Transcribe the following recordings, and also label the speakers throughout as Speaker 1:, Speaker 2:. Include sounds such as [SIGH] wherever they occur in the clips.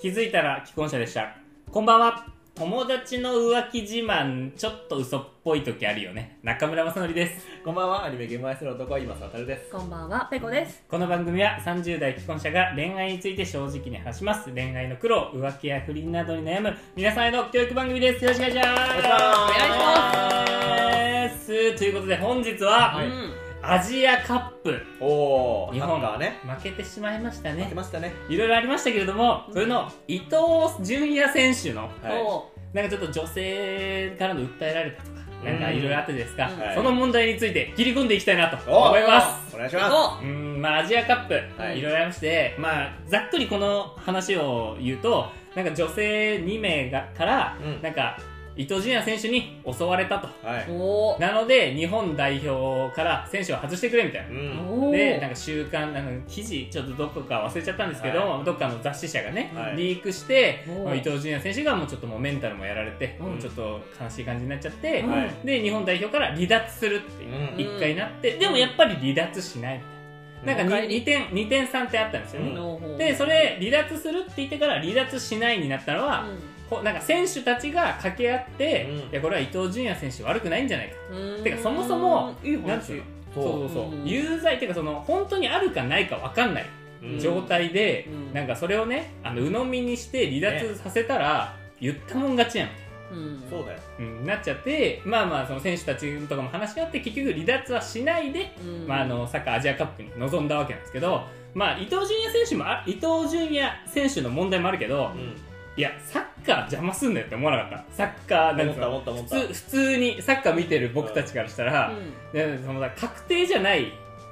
Speaker 1: 気づいたら既婚者でしたこんばんは友達の浮気自慢ちょっと嘘っぽい時あるよね中村正則です
Speaker 2: こんばんは、アニメ現場愛する男は今さたるです。
Speaker 3: こんばんは、ペコです。
Speaker 1: この番組は30代既婚者が恋愛について正直に話します恋愛の苦労浮気や不倫などに悩む皆さんへの教育番組ですよろしくお願いします
Speaker 2: お願
Speaker 1: いしますということで本日は、
Speaker 2: はい
Speaker 3: うん
Speaker 1: アジアカップ
Speaker 2: おお、
Speaker 1: 日
Speaker 2: 日
Speaker 1: 本
Speaker 2: 本がね、
Speaker 1: 負けてしまいました
Speaker 2: 負け
Speaker 1: ね
Speaker 2: ましたね。
Speaker 1: いろいろありましたけれどもそれの伊藤純也選手の
Speaker 2: はい。
Speaker 3: お
Speaker 1: なんかちょっと女性からの訴えられたとか、なんかいろいろあってですが、
Speaker 3: うん
Speaker 2: はい
Speaker 1: その問題について切り込んでいきたいなと
Speaker 2: お
Speaker 1: 思います。
Speaker 2: お願いします。
Speaker 3: お
Speaker 1: うーん、まあアジアカップ、
Speaker 2: はい
Speaker 1: い、ろいろありまして、まあざっくりこの話を言うと、なんか女性2名がから、
Speaker 2: うん
Speaker 1: なんか伊東純也選手に襲われたと。
Speaker 2: はい。
Speaker 3: お
Speaker 1: なので日本代表から選手を外してくれみたいな
Speaker 2: う。ん。
Speaker 3: お
Speaker 1: でなんか週刊なんか記事ちょっとどこか忘れちゃったんですけど、
Speaker 2: は
Speaker 1: どっかの雑誌社がね、
Speaker 2: はい
Speaker 1: リークして
Speaker 3: おう
Speaker 1: まあ伊東純也選手がもうちょっともうメンタルもやられて、
Speaker 2: うん
Speaker 1: ちょっと悲しい感じになっちゃって、
Speaker 3: うん
Speaker 2: はい
Speaker 1: で日本代表から離脱するっていう
Speaker 2: うん
Speaker 1: 一、回なってでもやっぱり離脱しないみたいな,、
Speaker 2: うん
Speaker 1: なんか 2, 点二点3点あったんですよね、
Speaker 2: うん
Speaker 1: でそ、れ離脱するって言ってから離脱しないになったのは、こうなんか選手たちが掛け合って、
Speaker 2: うん
Speaker 1: いやこれは伊東純也選手悪くないんじゃないか
Speaker 3: うん
Speaker 1: てかそもそも、
Speaker 3: うんいい
Speaker 1: なんつう
Speaker 3: 話
Speaker 1: の。そうそうそう、
Speaker 3: うん
Speaker 1: 有罪っていうかその本当にあるかないか分かんない
Speaker 2: うん
Speaker 1: 状態で、
Speaker 3: うん
Speaker 1: なんかそれをねあの鵜呑みにして離脱させたら、言ったもん勝ちやん、
Speaker 3: うん
Speaker 2: そうだよ。
Speaker 1: うん、なっちゃってまあまあその選手たちとかも話し合って結局離脱はしないで、
Speaker 3: うん
Speaker 1: まあ、あのサッカーアジアカップに臨んだわけなんですけど、まあ、伊東純也選手もあ伊東純也選手の問題もあるけど、
Speaker 2: うん。
Speaker 1: いやサッカー邪魔すんなよって思わなかったサッカーなん
Speaker 2: 思っ
Speaker 1: つう
Speaker 2: た
Speaker 1: の
Speaker 2: 思った思っ
Speaker 1: 普
Speaker 2: た。
Speaker 1: 通普通にサッカー見てる僕たちからしたら、
Speaker 3: うん
Speaker 1: でそのさ確定じゃない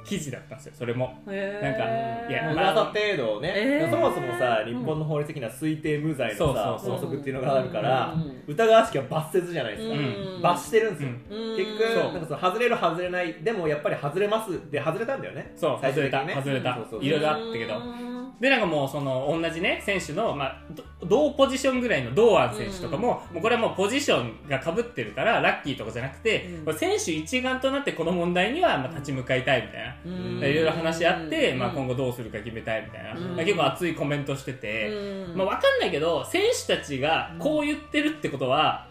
Speaker 1: 記事だったんですよそれも
Speaker 3: へー
Speaker 1: なんかいやまあ
Speaker 2: 噂程度をね、
Speaker 3: えー
Speaker 2: そもそもさ、日本の法律的な推定無罪のさ、
Speaker 1: そうそうそう
Speaker 2: 法則っていうのがあるから
Speaker 3: うんうんうん、
Speaker 2: 疑わしきは罰せずじゃないですか。
Speaker 1: ん
Speaker 2: 罰してるんですよ。
Speaker 1: うん
Speaker 3: うん
Speaker 2: 結
Speaker 3: うん
Speaker 2: 局、
Speaker 1: そう
Speaker 2: なんかその外れる外れない、でもやっぱり外れますで外れたんだよね。
Speaker 1: そう
Speaker 2: 最
Speaker 1: 外
Speaker 2: 終
Speaker 1: れ
Speaker 2: 的
Speaker 1: た、
Speaker 2: にね
Speaker 1: 外れた
Speaker 2: そうそうそう
Speaker 1: いろいろあったけど
Speaker 3: うん
Speaker 1: でなんかもうその同じね選手の、まあ、ど同ポジションぐらいの堂安選手とかも,、もうこれはもうポジションがかぶってるからラッキーとかじゃなくて、
Speaker 3: うん
Speaker 1: これ選手一丸となってこの問題にはまあ立ち向かいたいみたいな。
Speaker 3: うん
Speaker 1: いろいろ話し合って、まあ、今後
Speaker 3: 後、
Speaker 1: どうするか決めたいみたいな、
Speaker 3: うん
Speaker 1: 結構熱いコメントしてて、まあ、分かんないけど選手たちがこう言ってるってことは、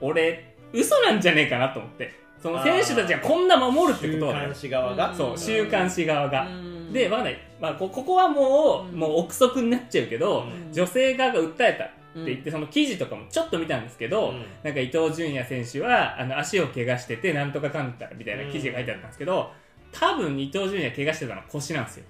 Speaker 1: 俺嘘なんじゃねえかなと思ってその選手たちがこんな守るって
Speaker 2: 週
Speaker 1: ことはね
Speaker 2: 刊誌側が。
Speaker 1: そう
Speaker 3: うん
Speaker 1: 週刊誌側が、
Speaker 3: うん
Speaker 1: で、わかんない、まあ、こここはもう,、
Speaker 3: うん
Speaker 1: もう憶測になっちゃうけど、
Speaker 3: うん
Speaker 1: 女性側が訴えた
Speaker 3: うん
Speaker 1: って言って、その記事とかもちょっと見たんですけど、
Speaker 2: うん
Speaker 1: なんか伊東純也選手はあの足を怪我しててなんとかかんだみたいな記事が書いてあったんですけど、多分伊東純也怪我してたのは腰なんですよ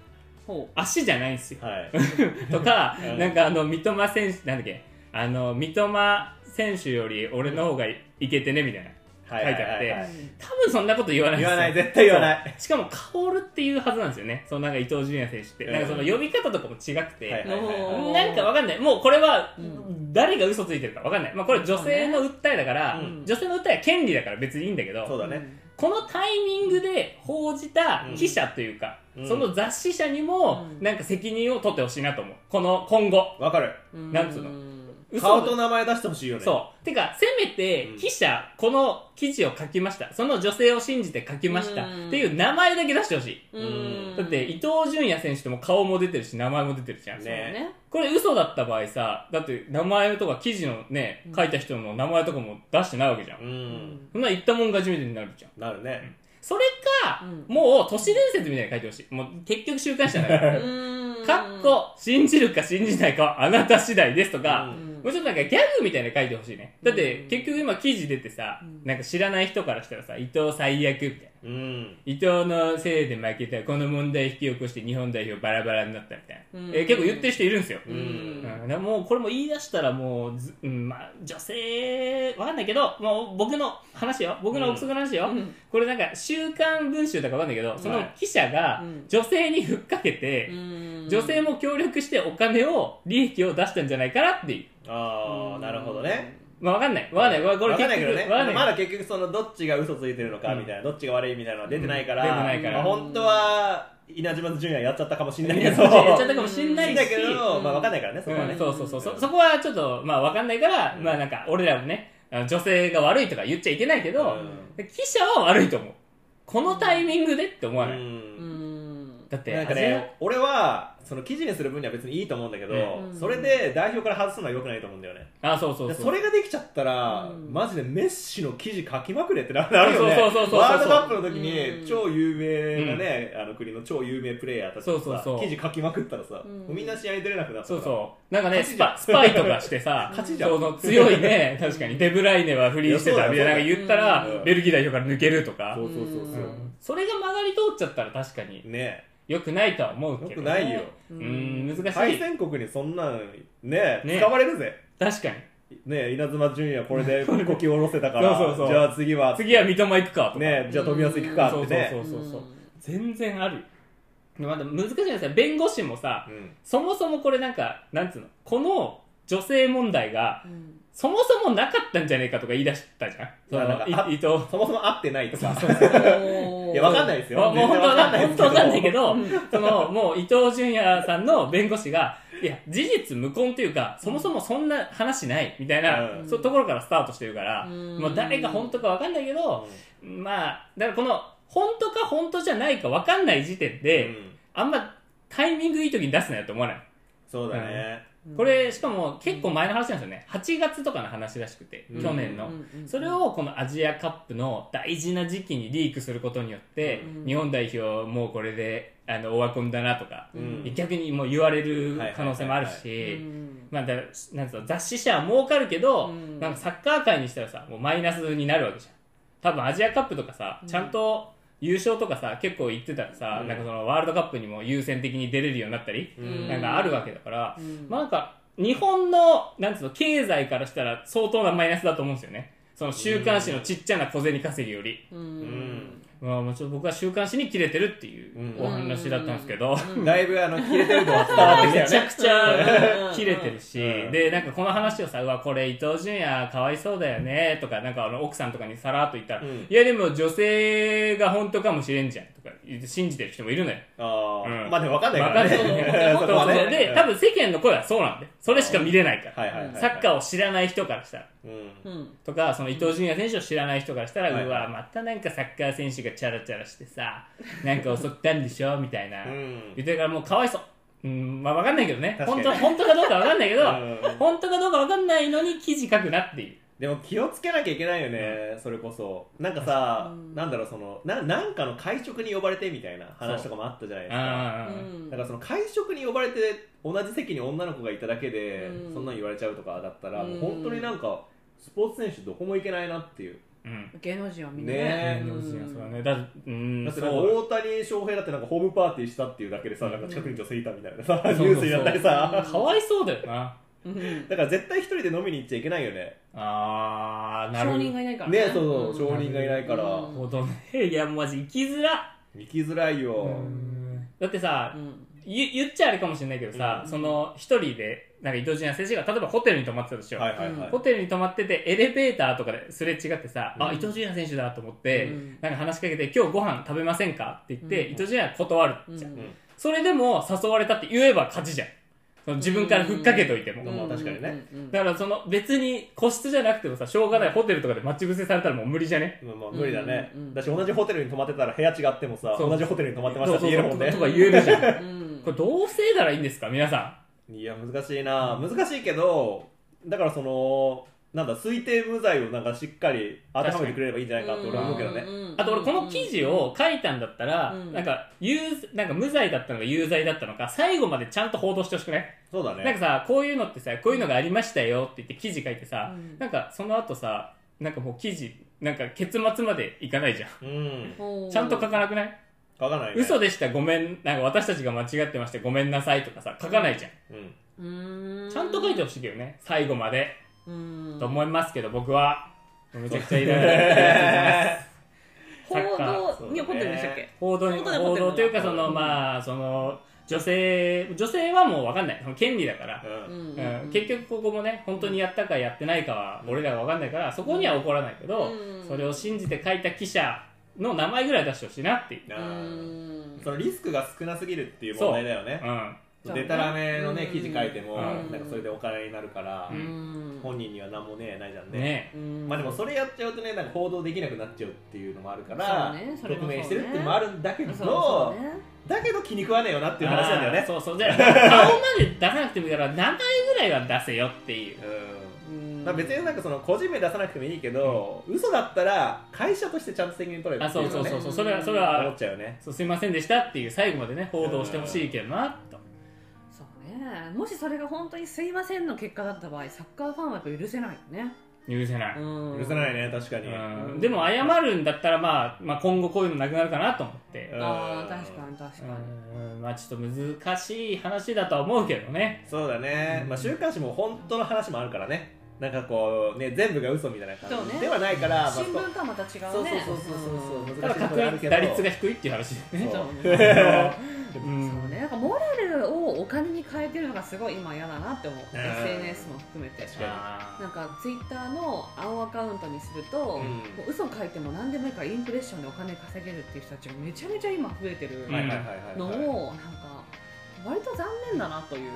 Speaker 3: ほ
Speaker 1: 足じゃないんですよ [LAUGHS]
Speaker 2: はい。
Speaker 1: とか、
Speaker 2: うん
Speaker 1: なんかあの三笘選手なんだっけあの三笘選手より俺の方がいいけてねみたいな
Speaker 2: はいはいはい
Speaker 1: 書いて
Speaker 3: う
Speaker 1: あ
Speaker 2: は
Speaker 1: っ
Speaker 2: い
Speaker 1: 多分そんなこと言わないです
Speaker 2: 言
Speaker 1: よ
Speaker 2: わない、絶対言わない。
Speaker 1: しかも薫っていうはずなんですよねそのなんか伊東純也選手って、なんかその呼び方とかも違くて、
Speaker 2: はいはいはいはい
Speaker 3: おー
Speaker 1: なんかわかんないもうこれは
Speaker 3: うん
Speaker 1: 誰が嘘ついてるかわかんない、まあ、これ女性の訴えだから、
Speaker 2: うん
Speaker 1: 女性の訴えは権利だから別にいいんだけ
Speaker 2: そう
Speaker 1: ど
Speaker 2: だね。
Speaker 1: このタイミングで報じた記者というか、
Speaker 2: うん
Speaker 1: その雑誌社にも
Speaker 3: うん
Speaker 1: なんか責任を取ってほしいなと思うこの今後
Speaker 2: わかる。
Speaker 3: うん
Speaker 1: なんつうの嘘
Speaker 2: 顔と名前出してほしいよね。
Speaker 1: そうてかせめて
Speaker 2: うん
Speaker 1: 記者、この記事を書きましたその女性を信じて書きました、
Speaker 3: うん
Speaker 1: っていう名前だけ出してほしい
Speaker 3: うん
Speaker 1: だって伊東純也選手とも顔も出てるし名前も出てるじゃん、
Speaker 3: そうね
Speaker 1: これ嘘だった場合さだって名前とか記事のね
Speaker 3: うん
Speaker 1: 書いた人の名前とかも出してないわけじゃん、
Speaker 2: うん。
Speaker 1: そんな言ったもん勝ちみたいになるじゃん
Speaker 2: なるね。
Speaker 1: それか、
Speaker 3: うん
Speaker 1: もう都市伝説みたいに書いてほしいもう結局週刊誌じゃないから
Speaker 3: うん
Speaker 1: かっこ信じるか信じないかはあなた次第ですとか、
Speaker 2: うん
Speaker 1: もうちょっとなんかギャグみたいなの書いてほしいねだって結局今記事出てさ、
Speaker 3: うん
Speaker 1: なんか知らない人からしたらさ伊藤最悪みたいな
Speaker 2: うん。
Speaker 1: 伊藤のせいで負けたこの問題引き起こして日本代表バラバラになったみたいな、
Speaker 3: うん
Speaker 1: えー結構言ってる人いるんですよ、
Speaker 2: う
Speaker 1: うん
Speaker 3: ん
Speaker 1: んもうこれも言い出したらもうず、うんまあ、女性わかんないけどもう僕の話よ僕の憶測の話よ、
Speaker 3: うん
Speaker 1: これなんか「週刊文集」とかわかんないけどその記者が
Speaker 3: うん
Speaker 1: 女性にふっかけて、女性も協力してお金を利益を出したんじゃないかなっていう
Speaker 2: ああ、なるほどね。
Speaker 1: まあわかんないわかんないこれこれ
Speaker 2: わかんないけどね。
Speaker 1: 結局わかんない
Speaker 2: まだ結局、その、どっちが嘘ついてるのかみたいな、どっちが悪いみたいなのは出てないから、
Speaker 1: うん出てないから
Speaker 2: まあ本当は、稲島純也やっちゃったかもしれないけ
Speaker 1: やっ
Speaker 2: ど、
Speaker 1: ちゃったかもしんない
Speaker 2: だ
Speaker 1: し
Speaker 2: けど、まあわかんないからね、そこは
Speaker 1: う
Speaker 2: ね
Speaker 1: ん。そうそうそうそそこはちょっとまあ分かんないから、
Speaker 2: うん
Speaker 1: まあなんか俺らもねあの女性が悪いとか言っちゃいけないけど、
Speaker 2: う
Speaker 1: 記者は悪いと思うこのタイミングでって思わない、
Speaker 2: うん
Speaker 3: うん
Speaker 1: だって
Speaker 2: なんか
Speaker 1: アジア
Speaker 2: ね、俺は、その記事にする分には別にいいと思うんだけど、
Speaker 1: うん
Speaker 2: それで代表から外すのは良くないと思うんだよね
Speaker 1: あそうそう
Speaker 2: で
Speaker 1: そう
Speaker 2: それができちゃったら、
Speaker 3: うん
Speaker 2: マジでメッシの記事書きまくれってなな [LAUGHS] るよね
Speaker 1: そうそうそうそうそう
Speaker 2: ワールドカップの時
Speaker 3: う
Speaker 2: に
Speaker 3: ん
Speaker 2: 超有名なね、あの国の超有名プレイヤーたち
Speaker 1: そう
Speaker 2: が
Speaker 1: そう
Speaker 2: さ
Speaker 1: そう
Speaker 2: 記事書きまくったらさ、
Speaker 3: うん
Speaker 2: もうみんな試合に出れなくなったか
Speaker 1: そう
Speaker 2: ら
Speaker 1: そうなんかね
Speaker 2: 勝
Speaker 1: ス
Speaker 2: ちじゃ
Speaker 1: パ
Speaker 2: ん
Speaker 1: スパイとかしてさ
Speaker 2: [LAUGHS] 勝ちじゃん
Speaker 1: その強いね
Speaker 2: [LAUGHS]
Speaker 1: 確かにデブライネはフリーして
Speaker 2: いや
Speaker 1: た
Speaker 2: そう
Speaker 1: み
Speaker 2: だ
Speaker 1: た
Speaker 2: よ
Speaker 1: いななんか言ったら、
Speaker 2: そうだよ
Speaker 1: ベルギー代表から抜けるとか
Speaker 2: そうそうそうそう
Speaker 1: う、んそれが曲がり通っちゃったら確かに
Speaker 2: ね
Speaker 1: 良くないとは思う
Speaker 2: よ
Speaker 1: けど
Speaker 2: く
Speaker 1: ね
Speaker 2: ないよ
Speaker 3: う
Speaker 1: うん難し
Speaker 2: 対
Speaker 1: い
Speaker 2: 戦国にそんなんね
Speaker 1: ね
Speaker 2: 使われるぜ
Speaker 1: 確かに
Speaker 2: ね稲妻純也これでこき下ろせたから
Speaker 1: そうそうそう
Speaker 2: じゃあ次は
Speaker 1: 次は三笘行くかとか
Speaker 2: ねじゃあ富安行くかってね
Speaker 1: そうそうそう全然あるよまだ難しいですよ弁護士もさ
Speaker 2: うん
Speaker 1: そもそもこれなんかなんつうのこの女性問題が
Speaker 3: うん
Speaker 1: そもそもなかったんじゃねえかとか言い出したじゃんそ
Speaker 2: まあなんか
Speaker 1: の
Speaker 2: あ
Speaker 1: い伊藤
Speaker 2: そもそも合ってないとか
Speaker 3: おー
Speaker 2: いやわかんないですよ
Speaker 1: あもう本当は本当わかんないけ
Speaker 2: ど
Speaker 1: ど、そのもう伊藤純也さんの弁護士が、いや、事実無根というか、そもそもそんな話ないみたいな、
Speaker 2: うん
Speaker 1: そういうところからスタートしてるから、
Speaker 3: うん
Speaker 1: もう誰が本当かわかんないけど、まあ、だからこの、本当か本当じゃないかわかんない時点で、
Speaker 2: うん
Speaker 1: あんまタイミングいい時に出すなよって思わない。
Speaker 2: そうだね
Speaker 1: これ、しかも結構前の話なんですよね。8月とかの話らしくて、
Speaker 2: うん
Speaker 1: 去年の。
Speaker 3: うんうん
Speaker 1: それをこのアジアカップの大事な時期にリークすることによって、
Speaker 3: うん
Speaker 1: 日本代表もうこれであのオワコンだなとか、
Speaker 2: うん
Speaker 1: 逆にもう言われる可能性もある
Speaker 3: う
Speaker 1: し
Speaker 3: ん
Speaker 1: まあだなんつうの雑誌社は儲かるけど、
Speaker 3: うん
Speaker 1: なんかサッカー界にしたらさもうマイナスになるわけじゃん多分アジアカップとかさ
Speaker 3: うん
Speaker 1: ちゃんと優勝とかさ結構言ってたらさ、
Speaker 2: うん
Speaker 1: なんかそのワールドカップにも優先的に出れるようになったり、
Speaker 2: うん
Speaker 3: うん
Speaker 1: なんかあるわけだから、
Speaker 3: うん
Speaker 1: まあなんか日本のなんつうの経済からしたら相当なマイナスだと思うんですよねその週刊誌のちっちゃな小銭稼ぎより、
Speaker 3: う
Speaker 2: うん
Speaker 3: ん
Speaker 1: まあ、もうちょっと僕は週刊誌に切れてるっていう
Speaker 2: うん
Speaker 1: お話だったんですけど、
Speaker 3: うん
Speaker 2: だいぶあの切れてるのは伝わってきた
Speaker 1: め
Speaker 2: よ
Speaker 1: ちゃ
Speaker 2: ね
Speaker 1: くちゃ
Speaker 2: [LAUGHS]
Speaker 3: うん
Speaker 1: 切れてるし、
Speaker 2: うん
Speaker 1: でなんかこの話をさ「うわこれ伊藤純也かわいそうだよね」とかなんかあの奥さんとかにさらっと言 [LAUGHS] ったら「
Speaker 2: うん
Speaker 1: いやでも女性が本当かもしれんじゃん」とか言って信じてる人もいるのよ。
Speaker 2: あー
Speaker 1: うん
Speaker 2: まあでも分かんないか
Speaker 1: わからん
Speaker 2: ね
Speaker 1: ない
Speaker 2: [LAUGHS] そ
Speaker 1: そう
Speaker 2: こ
Speaker 1: そう
Speaker 2: は
Speaker 1: そう
Speaker 2: ね
Speaker 1: で多分世間の声はそうなんでそれしか見れないから、
Speaker 2: はいはいはいはい
Speaker 1: サッカーを知らない人からしたら
Speaker 2: うん
Speaker 3: うん
Speaker 1: とかその伊東純也選手を知らない人からしたら、
Speaker 2: はいう
Speaker 1: わまたなんかサッカー選手がチャラチャラしてさなんか襲ったんでしょみたい
Speaker 2: [LAUGHS]
Speaker 1: な、
Speaker 2: うん
Speaker 1: 言ってるからもうかわいそう、うん、まあ分かんないけどね
Speaker 2: 確か
Speaker 1: 本
Speaker 2: に
Speaker 1: 当本当かどうか分かんないけど、
Speaker 2: うん
Speaker 1: 本当かどうか分かんないのに記事書くなっていう
Speaker 2: でも気をつけなきゃいけないよね、それこそなんかさ、
Speaker 3: うん
Speaker 2: なんだろうそのななんかの会食に呼ばれてみたいな話とかもあったじゃないですか
Speaker 1: あー
Speaker 3: うん
Speaker 2: だからその会食に呼ばれて同じ席に女の子がいただけで、
Speaker 3: うん
Speaker 2: そんなん言われちゃうとかだったら、
Speaker 3: うん
Speaker 2: もう本当になんかスポーツ選手どこも行けないなっていう
Speaker 1: うん
Speaker 3: 芸能人はみんな
Speaker 2: ね
Speaker 1: 芸能人はそうだねだってうん
Speaker 2: だってなんか
Speaker 1: そう
Speaker 2: 大谷翔平だってなんかホームパーティーしたっていうだけでさ、なんか近くに女性いたみたいなさ、
Speaker 1: うん
Speaker 2: ニュースになったり
Speaker 3: そう
Speaker 2: さ
Speaker 1: かわいそうだよな
Speaker 3: うん
Speaker 2: だから絶対一人で飲みに行っちゃいけないよね
Speaker 1: あーなる
Speaker 3: 証人がいないから
Speaker 2: ねそうそう
Speaker 1: うん
Speaker 2: 証人がいないから、
Speaker 3: うん
Speaker 1: ほどねいやマジ生きづら
Speaker 2: 行きづらいよ、
Speaker 1: だってさ、
Speaker 3: うん
Speaker 1: ゆ言っちゃあれかもしれないけどさ、
Speaker 3: うん
Speaker 1: その一人でなんか伊藤純也選手が例えばホテルに泊まってたとしよう、
Speaker 2: はいはいはい、
Speaker 1: ホテルに泊まっててエレベーターとかですれ違ってさ、
Speaker 2: うん
Speaker 1: あ伊藤純也選手だと思って、
Speaker 3: うん
Speaker 1: なんか話しかけて今日ご飯食べませんかって言って、
Speaker 3: うん
Speaker 1: 伊藤純也断るじゃん、
Speaker 3: うん
Speaker 2: うん
Speaker 1: それでも誘われたって言えば勝ちじゃんその自分からふっかけといても、
Speaker 2: うんまあ確かにね
Speaker 3: うんうん
Speaker 1: だからその別に個室じゃなくてもさしょうがないホテルとかで待ち伏せされたらもう無理じゃね
Speaker 2: まあまあ無理だね、
Speaker 3: うんうんうん
Speaker 2: だし同じホテルに泊まってたら部屋違ってもさ
Speaker 1: そう
Speaker 2: 同じホテルに泊まってまし
Speaker 1: そ
Speaker 2: た
Speaker 1: う
Speaker 2: って
Speaker 1: そう
Speaker 2: 言
Speaker 1: そ
Speaker 2: えるもん
Speaker 1: う
Speaker 2: ね
Speaker 1: とか言えるじゃん
Speaker 3: うん
Speaker 1: これどうせいたらいいんですか皆さ
Speaker 2: いや難しいな難しいけどだからそのなんだ推定無罪をなんかしっかり当てはめてくれればいいんじゃないかって俺は思うけどね、
Speaker 3: んん
Speaker 1: んあと俺この記事を書いたんだったら、
Speaker 3: うん
Speaker 1: なんか有なんか無罪だったのか有罪だったのか最後までちゃんと報道してほしくない、
Speaker 2: そうだね
Speaker 1: なんかさこういうのってさこういうのがありましたよって言って記事書いてさ、
Speaker 3: うん
Speaker 1: なんかその後さなんかもう記事なんか結末までいかないじゃん
Speaker 2: うん
Speaker 3: おー
Speaker 1: ちゃんと書かなくない、
Speaker 2: 書かないね
Speaker 1: 嘘でしたごめんなんか私たちが間違ってましてごめんなさいとかさ書かないじゃん、
Speaker 2: うん
Speaker 3: うーん
Speaker 1: ちゃんと書いてほしいけどね最後まで、
Speaker 3: うん
Speaker 1: と思いますけど僕はめちゃくちゃいろいろや
Speaker 3: [LAUGHS]
Speaker 1: ってます
Speaker 3: 報道に怒ってるんでしたっけ
Speaker 1: 報道に
Speaker 3: 報道に
Speaker 1: 報道というか
Speaker 3: うん
Speaker 1: そのまあその女性女性はもう分かんないその権利だから、
Speaker 2: うん
Speaker 1: うん結局ここもね本当にやったかやってないかは俺らが分かんないからそこには怒らないけど、
Speaker 3: うん
Speaker 1: それを信じて書いた記者の名前ぐらい出してほしいなっていう、
Speaker 2: な
Speaker 3: う
Speaker 2: あ
Speaker 3: ん
Speaker 2: そのリスクが少なすぎるっていう問題だよね
Speaker 1: うん、
Speaker 3: そうね
Speaker 2: でたらめのね
Speaker 3: うん
Speaker 2: 記事書いても
Speaker 1: うん
Speaker 2: なんかそれでお金になるから
Speaker 1: うん
Speaker 2: 本人には何もねないじゃんね
Speaker 1: ね
Speaker 2: まあでも
Speaker 3: れ
Speaker 2: それやっちゃうとねなんか報道できなくなっちゃうっていうのもあるから、
Speaker 3: そうねそれ
Speaker 2: 匿
Speaker 3: もそうね
Speaker 2: 名してるっていうのもあるんだけど
Speaker 3: そうね
Speaker 2: だけど気に食わねえよなっていう話なんだよ
Speaker 1: あー
Speaker 2: ね
Speaker 1: そうそうじゃあ顔まで出さなくてもいいから名前ぐらいは出せよっていう
Speaker 2: う
Speaker 3: うん
Speaker 2: んまあ、別になんかその個人名出さなくてもいいけど、嘘だったら会社としてちゃんと責任取れる
Speaker 1: あ
Speaker 2: ってい
Speaker 1: そううそ
Speaker 2: のは
Speaker 1: う
Speaker 2: ね
Speaker 1: そうそうそれはそれ
Speaker 2: 思
Speaker 1: は
Speaker 2: っちゃうよね
Speaker 1: そうすいませんでしたっていう最後までね報道してほしいけどなと
Speaker 3: そうねもしそれが本当にすいませんの結果だった場合サッカーファンはやっぱ許せないよね
Speaker 1: 許せない、
Speaker 3: 許
Speaker 2: 許せないね確かに、
Speaker 1: うん
Speaker 3: うん
Speaker 1: でも謝るんだったら、まあ、まあ今後こういうのなくなるかなと思って、
Speaker 3: あ
Speaker 2: うん
Speaker 3: あ確かに確かに
Speaker 1: うんまあちょっと難しい話だとは思うけどね
Speaker 2: そうだね、まあ、週刊誌も本当の話もあるからねなんかこうね全部が嘘みたいな感
Speaker 3: そう
Speaker 2: じ
Speaker 3: ね
Speaker 2: ではないから、まあ、
Speaker 3: 新聞とはまた違
Speaker 2: そううそう
Speaker 3: ね
Speaker 2: そうそうそうそう
Speaker 1: ただ
Speaker 2: 難しいとこ
Speaker 1: 確
Speaker 2: ろある
Speaker 1: 率
Speaker 2: けど
Speaker 1: 打率が低いっていう話でね
Speaker 2: そう
Speaker 3: そうね
Speaker 2: [LAUGHS]
Speaker 1: う
Speaker 3: そうね、なんかモラルをお金に変えてるのがすごい今嫌だなって思う、SNS も含めて
Speaker 2: 確
Speaker 1: あ
Speaker 3: なんかツイッターの青アカウントにすると、
Speaker 2: ん
Speaker 3: もう嘘を書いても何でもいいからインプレッションでお金稼げるっていう人たちがめちゃめちゃ今増えてる
Speaker 1: うん
Speaker 2: はいはいはいはい
Speaker 3: の
Speaker 2: はい、
Speaker 3: を、なんか割と残念だなという、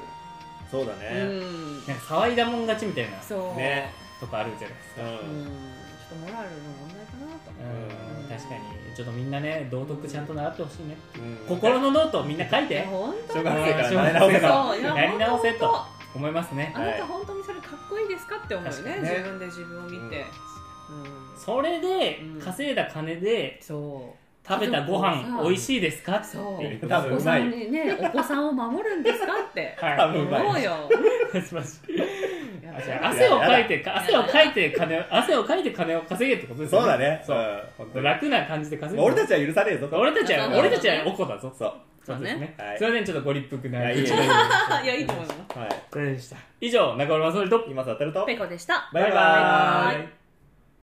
Speaker 2: そうだ
Speaker 3: う
Speaker 2: ね、
Speaker 3: ん、
Speaker 1: なんか騒いだもん勝ちみたいな
Speaker 3: そう、
Speaker 2: ね
Speaker 1: とかあるじゃないですか、
Speaker 2: う
Speaker 3: うん、
Speaker 2: ん
Speaker 3: ちょっとモラルの問題かなと思う
Speaker 1: うん
Speaker 3: うん
Speaker 1: 確かにちょっとみんなね道徳ちゃんと習ってほしいね、
Speaker 2: うん
Speaker 1: 心のノートみんな書い
Speaker 3: い
Speaker 1: て
Speaker 3: や本当
Speaker 2: 小
Speaker 3: に
Speaker 2: 学生から
Speaker 1: うん
Speaker 2: 習い直せば
Speaker 3: そういや
Speaker 1: やり直せと
Speaker 3: 本
Speaker 1: 思いますね
Speaker 3: 当あなた本当にそれかっこいいですかって思うよ
Speaker 1: 確か
Speaker 3: ね
Speaker 2: にね
Speaker 3: 自分で自分を見て、うん
Speaker 1: それで
Speaker 3: うん
Speaker 1: 稼いだ金で
Speaker 3: そう
Speaker 1: 食べたご飯
Speaker 3: うん
Speaker 1: 美味しいですかって
Speaker 3: そう
Speaker 1: 言って
Speaker 2: 多
Speaker 1: ます
Speaker 2: 分
Speaker 3: お
Speaker 2: う
Speaker 3: 子
Speaker 2: ま
Speaker 3: さ
Speaker 2: い
Speaker 3: んにね、お子さんを守るんですかって
Speaker 2: 多
Speaker 1: は
Speaker 2: 分
Speaker 1: い
Speaker 3: 思
Speaker 2: うまいう
Speaker 3: よ。
Speaker 1: 素晴らしい
Speaker 3: や
Speaker 1: あ
Speaker 3: っ
Speaker 1: じ
Speaker 3: ぱ
Speaker 1: ゃあ汗をかいて汗をかいて金を汗をかいて金を稼げってことです
Speaker 2: そうだね
Speaker 1: そう
Speaker 2: うん、本当に
Speaker 1: 楽な感じで稼ぐ
Speaker 2: 俺たちは許さねえぞと
Speaker 1: 俺たちは
Speaker 2: そう
Speaker 1: 俺たちはおこだぞ
Speaker 2: そう
Speaker 1: そうですね
Speaker 2: はい
Speaker 1: すいませんちょっとご立腹ない [LAUGHS]
Speaker 2: やいいよ
Speaker 3: [LAUGHS] いやいいと思います。
Speaker 2: はい
Speaker 1: でした以上中村雅則と
Speaker 2: 今さ当たると
Speaker 3: ペコでした。
Speaker 2: バイ
Speaker 1: バ
Speaker 2: バ
Speaker 1: イ
Speaker 2: バ
Speaker 1: バ
Speaker 2: イバ
Speaker 1: ー
Speaker 2: ー
Speaker 1: イ
Speaker 2: イ